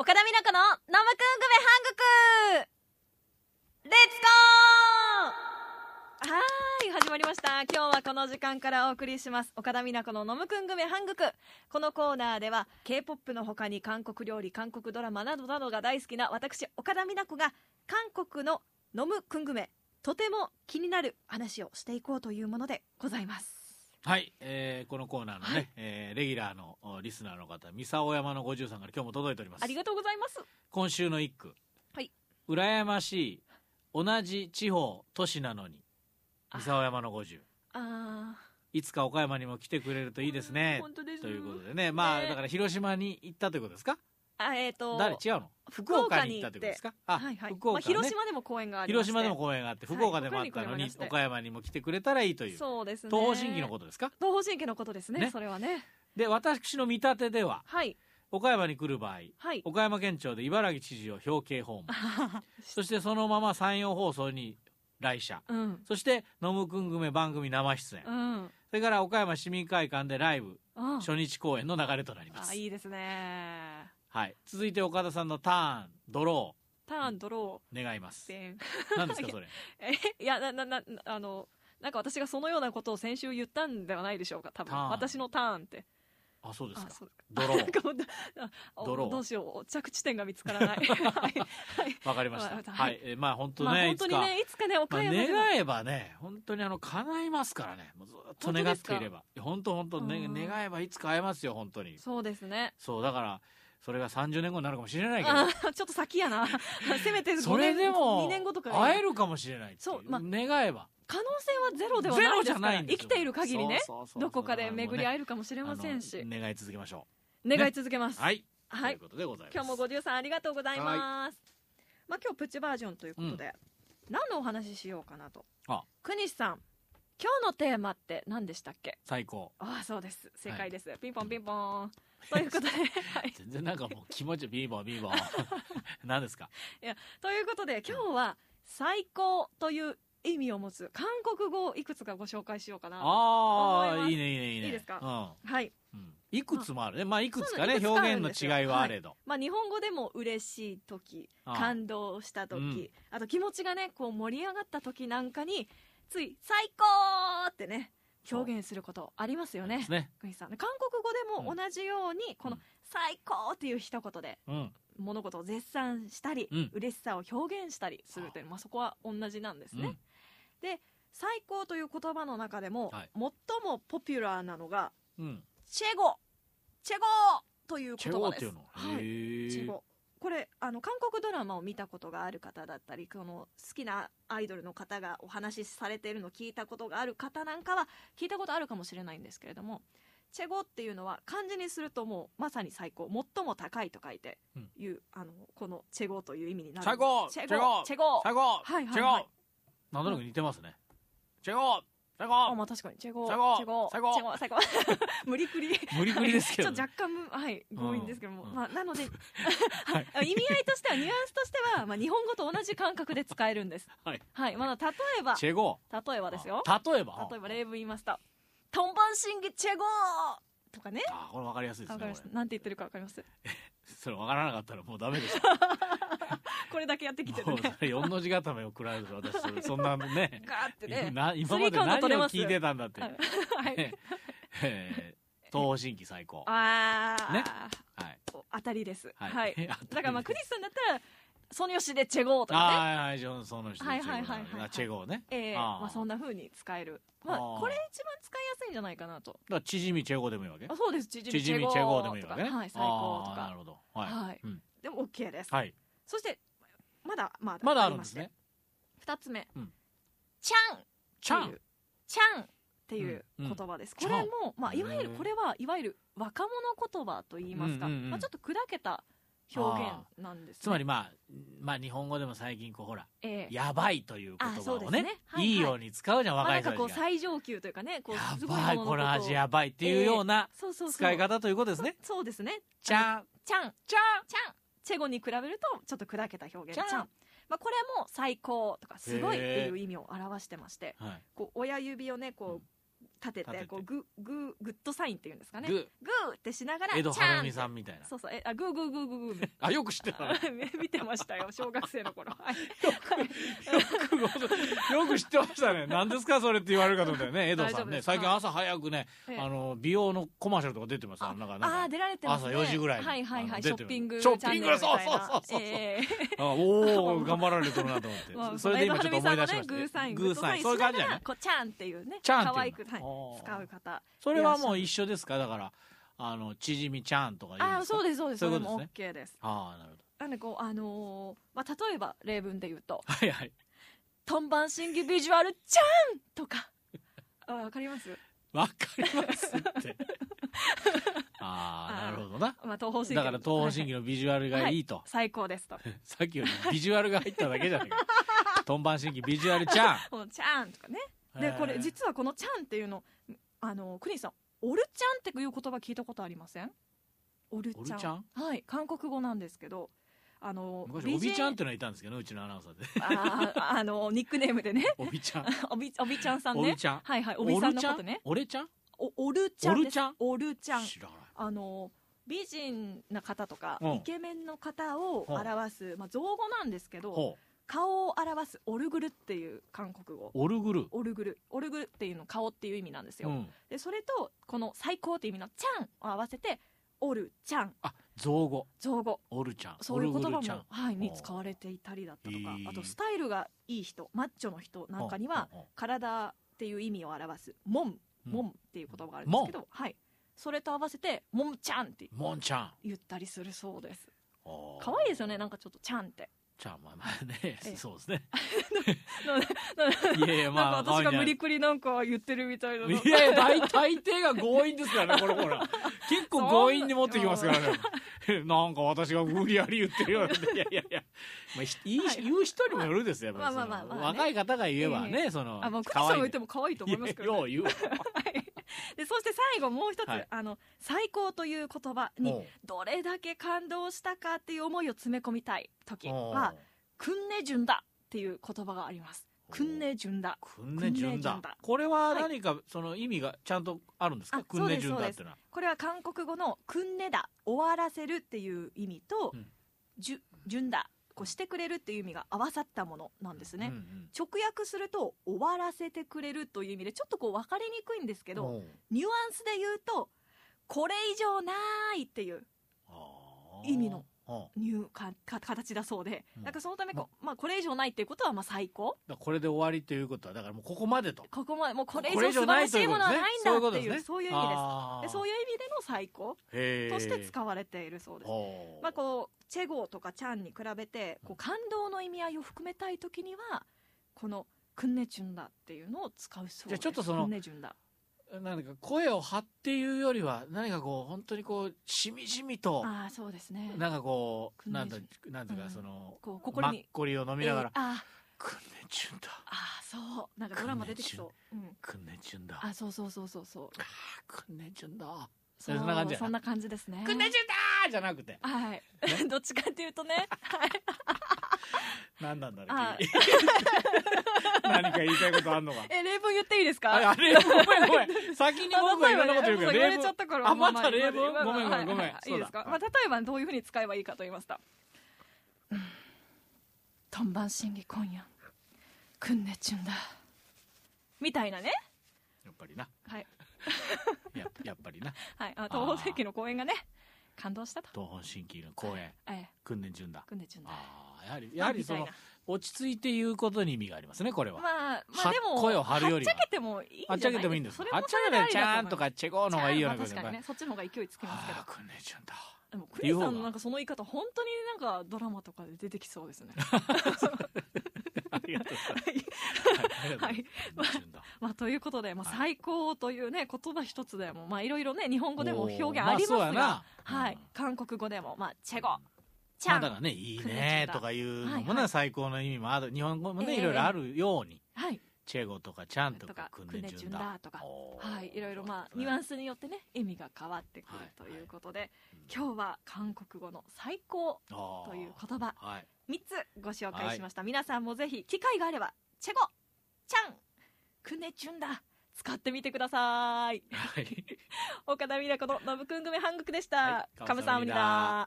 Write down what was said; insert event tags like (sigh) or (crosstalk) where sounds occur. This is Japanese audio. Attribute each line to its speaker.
Speaker 1: 岡田美奈子の生クングベ韓国レッツゴーはーい始まりました今日はこの時間からお送りします岡田美奈子のノムクングメ韓国このコーナーでは K-POP の他に韓国料理韓国ドラマなどなどが大好きな私岡田美奈子が韓国のノムクングメとても気になる話をしていこうというものでございます
Speaker 2: はい、えーこのコーナーのね、
Speaker 1: はい
Speaker 2: えーレギュラーのおリスナーの方三沢山の53から今日も届いております
Speaker 1: ありがとうございます
Speaker 2: 今週の一句
Speaker 1: はい
Speaker 2: 羨ましい同じ地方都市なのに
Speaker 1: あ
Speaker 2: 三沢山の50
Speaker 1: あ
Speaker 2: いつか岡山にも来てくれると
Speaker 1: ー
Speaker 2: いいですね
Speaker 1: 本当です
Speaker 2: ということでねまあだから広島に行ったということですか
Speaker 1: あえっ、と
Speaker 2: 誰違うの
Speaker 1: 福
Speaker 2: 福
Speaker 1: 岡
Speaker 2: 岡
Speaker 1: に
Speaker 2: に
Speaker 1: 行
Speaker 2: 行
Speaker 1: っ
Speaker 2: ってたということですかあ、
Speaker 1: はいはい
Speaker 2: 福
Speaker 1: まあ、
Speaker 2: 岡、ね
Speaker 1: 広島でも公演がありまして
Speaker 2: 広島でも公演があって福岡でもあったのに、
Speaker 1: はい福岡にも
Speaker 2: 岡山にも来てくれたらいいという
Speaker 1: そうですね
Speaker 2: 東方神起のことですか
Speaker 1: 東方神起のことですね
Speaker 2: ね
Speaker 1: それはね
Speaker 2: で私の見立てでは
Speaker 1: はい
Speaker 2: 岡山に来る場合
Speaker 1: はい
Speaker 2: 岡山県庁で茨城知事を表敬訪問そしてそのまま山陽放送に来社
Speaker 1: (laughs) うん
Speaker 2: そして「ノムくんグメ」番組生出演、
Speaker 1: うんうん
Speaker 2: それから岡山市民会館でライブ
Speaker 1: あ
Speaker 2: 初日公演の流れとなります
Speaker 1: いいですね
Speaker 2: はい、続いて岡田さんのターンドロ
Speaker 1: ターンドロ
Speaker 2: ー願いま
Speaker 1: ー
Speaker 2: す
Speaker 1: 点
Speaker 2: 何ですかそれ
Speaker 1: (laughs) えいやなななあのなんか私がそのようなことを先週言ったんではないでしょうか多分
Speaker 2: ターン
Speaker 1: 私のターンって
Speaker 2: あそうです
Speaker 1: あ
Speaker 2: か
Speaker 1: そう
Speaker 2: ドロ
Speaker 1: なん
Speaker 2: ー
Speaker 1: かもうああ
Speaker 2: ドロー
Speaker 1: どうしよう着地点が見つ
Speaker 2: (laughs)
Speaker 1: からないはいはい
Speaker 2: わかりまし
Speaker 1: わかったた
Speaker 2: は
Speaker 1: はい
Speaker 2: い、えーまあ本当ね,、
Speaker 1: まあ本
Speaker 2: い
Speaker 1: 当
Speaker 2: つ
Speaker 1: に
Speaker 2: か、
Speaker 1: ねいつかね
Speaker 2: ま
Speaker 1: 岡
Speaker 2: あ、
Speaker 1: 山でも
Speaker 2: 願えばね本当にあの叶いますからねもうずっと願っていればいや本当本当ね
Speaker 1: うん
Speaker 2: 願えばいつか会えますよ本当に
Speaker 1: そうですね
Speaker 2: そうだからそれが30年後になるかもしれないけ
Speaker 1: あ
Speaker 2: ど
Speaker 1: ーちょっと先やな (laughs) せめて
Speaker 2: それで
Speaker 1: 2
Speaker 2: も
Speaker 1: 年後とかがいい
Speaker 2: 会えるかもしれないってい
Speaker 1: そうまあ
Speaker 2: 願えば
Speaker 1: 可能性はゼロでは
Speaker 2: ゼ
Speaker 1: ない
Speaker 2: ロ
Speaker 1: で
Speaker 2: じ
Speaker 1: す
Speaker 2: ゃ
Speaker 1: から
Speaker 2: ないんで
Speaker 1: 生
Speaker 2: すよ
Speaker 1: きている限りね
Speaker 2: そうそうそう
Speaker 1: どこかで巡り
Speaker 2: え
Speaker 1: 会えるかもしれ
Speaker 2: れ
Speaker 1: ませんし、
Speaker 2: 願い続けましょ
Speaker 1: (laughs)
Speaker 2: ね
Speaker 1: 願い続けます、
Speaker 2: うはい、
Speaker 1: はい
Speaker 2: ということでございます
Speaker 1: 今日もご住さんありがとうございます、まあ今日プチバージョンということで、何のお話ししようかなと
Speaker 2: あ
Speaker 1: 国西さん今日のテーマって何でしたっけ
Speaker 2: 最高
Speaker 1: ああそうです正解です、ピンポンピンポーンということで、
Speaker 2: (laughs)
Speaker 1: はい、
Speaker 2: 全然なんかもう気持ちビーバービーバ
Speaker 1: (laughs)
Speaker 2: ー何ですか
Speaker 1: ということで今日は最高という意味を持つ韓国語をいくつかご紹介しようかな
Speaker 2: あ
Speaker 1: 思いま
Speaker 2: あ
Speaker 1: す
Speaker 2: いいねいいねいいね
Speaker 1: いいですか
Speaker 2: うん
Speaker 1: はい
Speaker 2: うんいくつもあるね。まあ、いくつかね、
Speaker 1: そうなん
Speaker 2: 表現の違いはあれど。
Speaker 1: まあ、日本語でも嬉しい時
Speaker 2: ああ
Speaker 1: 感動した時、
Speaker 2: うん
Speaker 1: あと気持ちがねこう盛り上がった時なんかについ「最高!」ってね表現することありますよ
Speaker 2: で
Speaker 1: ね
Speaker 2: す。ね。
Speaker 1: 国さん韓国語でも同じように、この
Speaker 2: うん
Speaker 1: 「最高!」っていう一言で
Speaker 2: うん。
Speaker 1: 物事を絶賛したり、
Speaker 2: うん
Speaker 1: 嬉しさを表現したりするという、まあ、そこは同じなんです
Speaker 2: う
Speaker 1: ね。
Speaker 2: ん。
Speaker 1: 最高という言葉の中でも、
Speaker 2: はい
Speaker 1: 最もポピュラーなのが
Speaker 2: うん。
Speaker 1: 「チェゴ」「チェゴ」という
Speaker 2: チェ
Speaker 1: 言葉
Speaker 2: ゴ
Speaker 1: で
Speaker 2: って
Speaker 1: す。
Speaker 2: いうの。
Speaker 1: はい
Speaker 2: へえ
Speaker 1: チェゴこれあの韓国ドラマを見たことがある方だったりこの好きなアイドルの方がお話しされているのを聞いたことがある方なんかは聞いたことあるかもしれないんですけれどもチェゴっていうのは漢字にするともうまさに最高最も高いと書いて
Speaker 2: うん
Speaker 1: いう、あのこのチェゴという意味になる
Speaker 2: 最高
Speaker 1: チェ
Speaker 2: チェ
Speaker 1: ゴ
Speaker 2: ゴ
Speaker 1: チェゴ
Speaker 2: 最高
Speaker 1: はいはいはい
Speaker 2: チェゴなんとなく似てますね。チェゴチェ
Speaker 1: あ
Speaker 2: ゴ
Speaker 1: まあ確かにチェゴ
Speaker 2: チェゴ
Speaker 1: チェゴ
Speaker 2: チェゴ
Speaker 1: チェゴ最高 (laughs) 無理くり
Speaker 2: 無理くりですけど
Speaker 1: ちょっと若
Speaker 2: ね。
Speaker 1: 干むはい強引ですけども、
Speaker 2: うん
Speaker 1: まあなの (laughs) で、
Speaker 2: はい
Speaker 1: 意味合いとしてはニュアンスとしてはまあ日本語と同じ感覚で使えるんです。
Speaker 2: はい。
Speaker 1: はい、まあ例えば
Speaker 2: チェゴ。
Speaker 1: 例えばですよ。
Speaker 2: あ例えば。
Speaker 1: 例えば例文言いました。トンバンシンギチェゴーとかね。
Speaker 2: あ、これわかりやすいで
Speaker 1: わ
Speaker 2: す
Speaker 1: か
Speaker 2: ね
Speaker 1: りま。
Speaker 2: こ
Speaker 1: した
Speaker 2: れ。
Speaker 1: なんて言ってるかわかります。
Speaker 2: それわからなかったらもうダメで
Speaker 1: (laughs)
Speaker 2: した。
Speaker 1: これだけやってきてる
Speaker 2: もう
Speaker 1: ね。
Speaker 2: 4の字固めを食らうぞ私それ。そんなね。
Speaker 1: ガーってね。
Speaker 2: な今まで何を聞いてたんだって。
Speaker 1: はいはい。
Speaker 2: えー東方神起最高。
Speaker 1: ああ、
Speaker 2: ねはい。
Speaker 1: お当たりです。
Speaker 2: はい
Speaker 1: はい。
Speaker 2: えあ
Speaker 1: だからまあクリスさんだったらソニョシでチェゴーとかね。
Speaker 2: ああはいはい、ジョンソンの人
Speaker 1: はいはいはいはいはい
Speaker 2: あチェゴね。
Speaker 1: ええ
Speaker 2: あー
Speaker 1: まあそんな風に使える。まあ
Speaker 2: あー
Speaker 1: これ一番使いやすいんじゃないかなと。
Speaker 2: だから、縮みチェゴでもいいわけ
Speaker 1: あそうです。縮みチ
Speaker 2: 縮
Speaker 1: ェ
Speaker 2: み
Speaker 1: ゴ
Speaker 2: チェゴでも
Speaker 1: ー
Speaker 2: いい
Speaker 1: と
Speaker 2: わ
Speaker 1: か。
Speaker 2: けね。
Speaker 1: はい、最高と
Speaker 2: あーなる
Speaker 1: か。
Speaker 2: ほど。はい。
Speaker 1: はい
Speaker 2: うん
Speaker 1: でも OK です。
Speaker 2: はい
Speaker 1: そしてまだまだ
Speaker 2: まだあるん
Speaker 1: り
Speaker 2: で
Speaker 1: し
Speaker 2: す
Speaker 1: て
Speaker 2: ね。
Speaker 1: 二つ目、
Speaker 2: うん
Speaker 1: チャン
Speaker 2: チャ
Speaker 1: ってい
Speaker 2: ン
Speaker 1: う。チャンっていう
Speaker 2: うんう
Speaker 1: 言
Speaker 2: ん
Speaker 1: 葉です、
Speaker 2: チャ
Speaker 1: これ
Speaker 2: ン
Speaker 1: も、まあ、いわゆる
Speaker 2: へー
Speaker 1: これはいわゆる若者言葉と言いますか、
Speaker 2: うんうんうん
Speaker 1: まあ、ちょっと砕けた表現なんです、ね、
Speaker 2: つまり、まあ、まあ日本語でも最近こうほら、
Speaker 1: ええ
Speaker 2: やばいという言
Speaker 1: あそ
Speaker 2: 葉
Speaker 1: うで
Speaker 2: を
Speaker 1: す
Speaker 2: ね
Speaker 1: ねはいはい
Speaker 2: いように使うじゃん、
Speaker 1: まあ、
Speaker 2: 若
Speaker 1: ないんかこ
Speaker 2: 人
Speaker 1: う
Speaker 2: たちが。
Speaker 1: 最上級というかねこうす
Speaker 2: や
Speaker 1: ごい
Speaker 2: ばい、
Speaker 1: も
Speaker 2: こ
Speaker 1: の
Speaker 2: の
Speaker 1: のこと
Speaker 2: 味
Speaker 1: を
Speaker 2: やばいっていうような
Speaker 1: そうそうそう
Speaker 2: 使い方ということですね。
Speaker 1: そそうですね
Speaker 2: チャン。
Speaker 1: チャン
Speaker 2: チャ
Speaker 1: チャンチェゴに比べるとちょっと砕けた表現
Speaker 2: チャン
Speaker 1: チャンまあ、これも最高とかすごいっていう意味を表してまして
Speaker 2: ン。はい。
Speaker 1: こう親指をねこう立てて
Speaker 2: 立てて
Speaker 1: こうグググッドサインっていうんですかね
Speaker 2: グ
Speaker 1: グーってしながら
Speaker 2: 江戸
Speaker 1: チャーン
Speaker 2: 晴美さ
Speaker 1: っ
Speaker 2: んみたい
Speaker 1: て
Speaker 2: な
Speaker 1: そうそうえあグーグーグーグーグー
Speaker 2: あよく知ってたなよ
Speaker 1: (laughs) 見てましたよ小学生の頃
Speaker 2: (laughs)
Speaker 1: はい
Speaker 2: くご存知よく知ってましたね何ですかそれって言われるかと思った
Speaker 1: (laughs)
Speaker 2: よね江戸さ
Speaker 1: 大丈
Speaker 2: ん
Speaker 1: 夫で
Speaker 2: ね
Speaker 1: す
Speaker 2: 最近朝早くね
Speaker 1: ええ
Speaker 2: あの美容のコマーシャルとか出てますよあの中なんか
Speaker 1: あー出られてますね
Speaker 2: 朝4時ぐらいに
Speaker 1: はいはい
Speaker 2: あ
Speaker 1: は
Speaker 2: の
Speaker 1: いシ
Speaker 2: 出
Speaker 1: ョ
Speaker 2: てる
Speaker 1: ッピング
Speaker 2: ショッピング
Speaker 1: チャネルみたいな
Speaker 2: そうそうそうそう
Speaker 1: え
Speaker 2: あおお頑張られてるなと思って、
Speaker 1: え (laughs) まあ
Speaker 2: それで今ちょっと思い出し
Speaker 1: 江
Speaker 2: ま
Speaker 1: 戸
Speaker 2: し
Speaker 1: 晴美さんのねグ
Speaker 2: た
Speaker 1: ーサイン
Speaker 2: グーサインそういう
Speaker 1: グッド
Speaker 2: 感じだ
Speaker 1: しながら
Speaker 2: ね
Speaker 1: こうチャーンっていうね
Speaker 2: チャーンっていうの
Speaker 1: 可愛くはい
Speaker 2: おー
Speaker 1: 使う方
Speaker 2: それはもう一緒ですかだからあの縮みちゃんとか言うん
Speaker 1: あ
Speaker 2: で
Speaker 1: ー
Speaker 2: すか
Speaker 1: そうですそうです
Speaker 2: そ
Speaker 1: そう
Speaker 2: いう
Speaker 1: れ
Speaker 2: こと
Speaker 1: も
Speaker 2: です
Speaker 1: OK です
Speaker 2: ああなるほど
Speaker 1: なんでこうあのーまあ例えば例文で言うと
Speaker 2: (laughs) はいはい
Speaker 1: 「単板審議ビジュアルちゃん!」と
Speaker 2: (laughs)
Speaker 1: かあわかります
Speaker 2: わかりますって (laughs) ああなるほどな
Speaker 1: まあ東方神
Speaker 2: だ
Speaker 1: 起
Speaker 2: から東方神起のビジュアルがいいと、
Speaker 1: 最高ですと
Speaker 2: (laughs) さっきよりビジュアルが入っただけじゃないかトンバン神起ビジュアルちゃん
Speaker 1: もうちゃんとかね
Speaker 2: へ
Speaker 1: で
Speaker 2: ー
Speaker 1: これ実はこのちゃんっていうのあのクニさんオルちゃんっていう言葉聞いたことありませんオルちゃん
Speaker 2: オルちゃん
Speaker 1: はい韓国語なんですけどあの
Speaker 2: 昔おびちゃんっ
Speaker 1: BJ
Speaker 2: てのがいたんですけどねうちのアナウンサーで (laughs)
Speaker 1: あーあのニックネームでね (laughs)
Speaker 2: おびちゃん
Speaker 1: おびおびちゃんさん
Speaker 2: おび
Speaker 1: ね
Speaker 2: ちゃん
Speaker 1: はいはいお
Speaker 2: お
Speaker 1: び
Speaker 2: る
Speaker 1: さんの
Speaker 2: ちゃ
Speaker 1: こ
Speaker 2: ん
Speaker 1: とね
Speaker 2: おれちゃん
Speaker 1: おオルちゃん
Speaker 2: オ
Speaker 1: で
Speaker 2: ル
Speaker 1: す
Speaker 2: ちゃん
Speaker 1: オルちゃん
Speaker 2: 知らない
Speaker 1: あの美人な方とか、
Speaker 2: うん
Speaker 1: イケメンの方を
Speaker 2: ほう
Speaker 1: 表す、まあ、造語なんですけど
Speaker 2: ほう
Speaker 1: 顔を表すオルグルっていう韓国語
Speaker 2: オルグル
Speaker 1: オルグルオルグルっていうの顔っていう意味なんですよ、
Speaker 2: うん
Speaker 1: でそれとこの最高っていう意味の「ちゃん」を合わせて「オルちゃん
Speaker 2: あ造語」
Speaker 1: 造語
Speaker 2: オルちゃん
Speaker 1: そういう言
Speaker 2: オル
Speaker 1: 葉
Speaker 2: グルちゃ
Speaker 1: も
Speaker 2: ん、
Speaker 1: はい、に
Speaker 2: ほう
Speaker 1: 使われていたりだったとか
Speaker 2: へー
Speaker 1: あとスタイルがいい人マッチョの人なんかには
Speaker 2: ほうほうほう
Speaker 1: 体っていう意味を表す「モン」「
Speaker 2: うん
Speaker 1: モン」っていう言葉があるんですけど、はい、それと合わせて「モンちゃん」って
Speaker 2: モンちゃん
Speaker 1: 言ったりするそうです
Speaker 2: おー
Speaker 1: 可愛いですよねなんかちょっと「ちゃん」
Speaker 2: (laughs)
Speaker 1: って
Speaker 2: ちゃんまあまあね
Speaker 1: ええ
Speaker 2: そうですね
Speaker 1: (laughs) なん
Speaker 2: いやいやまあ
Speaker 1: か私が
Speaker 2: 可愛い
Speaker 1: 無
Speaker 2: んじ
Speaker 1: 理くりなんか言ってるみたい
Speaker 2: ゃ
Speaker 1: な
Speaker 2: ないいやいや大 (laughs) 大抵が強引ですからねこれほら結構強引に持ってきますからねなんか私が無理やり言ってるようなんでいやいやいや、まあ、ひいい
Speaker 1: はい
Speaker 2: 言う人にもよるですよやっぱり
Speaker 1: まあ
Speaker 2: その
Speaker 1: まあまあまあね
Speaker 2: 若い方が言えばね、そ
Speaker 1: (laughs)
Speaker 2: の
Speaker 1: あもうクリス
Speaker 2: 可
Speaker 1: さん
Speaker 2: 愛
Speaker 1: が
Speaker 2: い
Speaker 1: 言っても可愛いと思いますけど、ね、
Speaker 2: いやよう言う
Speaker 1: でそして最後もう一つ、
Speaker 2: はい
Speaker 1: あの最高という言葉
Speaker 2: お
Speaker 1: に
Speaker 2: う
Speaker 1: どれだけ感動したかっていう思いを詰め込みたい時
Speaker 2: おう
Speaker 1: はクンネジュンだっていう言葉がありますクンネジュンだ
Speaker 2: くんね順
Speaker 1: くんね順
Speaker 2: だ
Speaker 1: だ
Speaker 2: これは何かその意味がちゃんとあるんですか
Speaker 1: あ
Speaker 2: くんね順
Speaker 1: そう
Speaker 2: だっ
Speaker 1: です
Speaker 2: てのは
Speaker 1: これは韓国語のクンネだ終わらせるっていう意味と、
Speaker 2: うん
Speaker 1: じゅじゅんだこうしてくれるっていう意味が合わさったものなんですね、
Speaker 2: うんうん
Speaker 1: 直訳すると終わらせてくれるという意味でちょっとこう分かりにくいんですけど
Speaker 2: おう
Speaker 1: ニュアンスで言うとこれ以上ないっていう
Speaker 2: あー
Speaker 1: 意味の
Speaker 2: おう
Speaker 1: ニューかか形だそうで、
Speaker 2: うん
Speaker 1: なんかそのためこ,、まあ、これ以上ないっていうことはまあ最高
Speaker 2: だからこれで終わりということはだからもうここまでと
Speaker 1: ここまでもうこれ以
Speaker 2: これ
Speaker 1: 上
Speaker 2: 以
Speaker 1: 素
Speaker 2: 上
Speaker 1: 晴らしいものはないんだっていう,、
Speaker 2: ない
Speaker 1: そういう意味です
Speaker 2: あー
Speaker 1: でそういう意味での最高
Speaker 2: へー
Speaker 1: として使われているそうです、
Speaker 2: ほう
Speaker 1: まあ、こうチェゴとかチャンに比べてこう感動の意味合いを含めたい時にはこのクンネチュンダっていうのを使うそうです
Speaker 2: じゃあちょっとその
Speaker 1: クンネチュンダ
Speaker 2: なんか声を張っていうよりは何かこう本当にこうしみじみと
Speaker 1: ああそうですね
Speaker 2: なんかこうなんだ
Speaker 1: 訓
Speaker 2: なんていう
Speaker 1: う
Speaker 2: か
Speaker 1: ん
Speaker 2: その
Speaker 1: こう
Speaker 2: マ
Speaker 1: 心
Speaker 2: ッ
Speaker 1: に
Speaker 2: コリを飲みながら
Speaker 1: えーあ
Speaker 2: 「くんねちゅんだ
Speaker 1: ーあーそうなんかドラマ出てきそう、うん、
Speaker 2: くんねちゅんだ
Speaker 1: あそうそうそうそうそう
Speaker 2: くんねちゅんだ
Speaker 1: そう
Speaker 2: そんな感じやな
Speaker 1: そんな感じですね
Speaker 2: くんねちゅんだ!」じゃなくて
Speaker 1: はい、 (laughs) どっちかっていうと
Speaker 2: (laughs)
Speaker 1: ね、
Speaker 2: 何なんだろ
Speaker 1: あ
Speaker 2: う君 (laughs) 何か言いたいことあんのか
Speaker 1: え例文言っていいですか？
Speaker 2: ああれごめん
Speaker 1: (laughs)
Speaker 2: ごめん先に僕がいろんなこと言うけど
Speaker 1: あ例文言われちゃっ
Speaker 2: 例文
Speaker 1: たから
Speaker 2: あ
Speaker 1: もう
Speaker 2: また例文
Speaker 1: まあまあ
Speaker 2: ごめんごめん
Speaker 1: はい
Speaker 2: ごめん
Speaker 1: はいはいいいです
Speaker 2: そう
Speaker 1: か？
Speaker 2: だ
Speaker 1: まあ例えばどういうふうに使えばいいかと言いますと、トンバン審議今夜、くんねちゅんだみたいなね、
Speaker 2: やっぱりな
Speaker 1: はい
Speaker 2: ややっぱりな
Speaker 1: はい、あ東方正規の公演がね感動したと、
Speaker 2: 東方神起の公演
Speaker 1: ええ、
Speaker 2: くんねちゅんだ
Speaker 1: くんねちゅんだ。
Speaker 2: ああやはりやはりそ
Speaker 1: み
Speaker 2: の
Speaker 1: たい
Speaker 2: 落ち着いて言うことに意味がありますねこれは、
Speaker 1: なまあまあでも
Speaker 2: は声を張るよりは
Speaker 1: はっちゃけてもいいんじゃな
Speaker 2: あ
Speaker 1: い
Speaker 2: っちゃけてもいいんです
Speaker 1: それ
Speaker 2: あ
Speaker 1: も
Speaker 2: っちゃけてちゃんと
Speaker 1: それ
Speaker 2: かチェコー
Speaker 1: で
Speaker 2: の方
Speaker 1: あ
Speaker 2: がいい
Speaker 1: り
Speaker 2: よ
Speaker 1: だ
Speaker 2: な
Speaker 1: と思
Speaker 2: こ
Speaker 1: いますちゃんは確かに
Speaker 2: れで
Speaker 1: ねそっちの方が勢いつきますけど
Speaker 2: ああくんねちゃんだ
Speaker 1: でもクリさんのなんかその言い方本当になんかドラマとかで出てきそうですね。
Speaker 2: ありがとうございます
Speaker 1: はい
Speaker 2: ありがとうございますくんねちゅんだ
Speaker 1: まあということで、まあ
Speaker 2: は
Speaker 1: 最
Speaker 2: い
Speaker 1: 高というね言葉一つでもまあいろいろね日本語でも
Speaker 2: おー
Speaker 1: 表現あります
Speaker 2: まあそうや
Speaker 1: が
Speaker 2: な、
Speaker 1: はい
Speaker 2: うん
Speaker 1: 韓国語でもまあチェゴ、チャ
Speaker 2: まあだか
Speaker 1: ン、
Speaker 2: らねいい
Speaker 1: くんねちゅん
Speaker 2: ね
Speaker 1: だ
Speaker 2: とかいうの
Speaker 1: は
Speaker 2: も
Speaker 1: いは
Speaker 2: ない最高の意味もある日本語も
Speaker 1: え
Speaker 2: ね
Speaker 1: え
Speaker 2: いろいろあるように
Speaker 1: はい
Speaker 2: チェゴとかちゃんと
Speaker 1: とか
Speaker 2: かくんねちゅんだ
Speaker 1: くんねちゅんだとか
Speaker 2: おー
Speaker 1: はいいろいろまあ
Speaker 2: そう
Speaker 1: ニ
Speaker 2: ですね
Speaker 1: ュアンスによってね意味が変わってく
Speaker 2: はい
Speaker 1: るということで、
Speaker 2: うん
Speaker 1: 今日は韓国語の最高
Speaker 2: あー
Speaker 1: という言葉
Speaker 2: はい
Speaker 1: 三つご紹介しました。皆さんもぜひ機会があればチェゴ、チャン、クネチュンだ使ってみてください
Speaker 2: はい。
Speaker 1: 岡田美奈子のノブくん組韓国でした、
Speaker 2: はい
Speaker 1: カムサハムニダ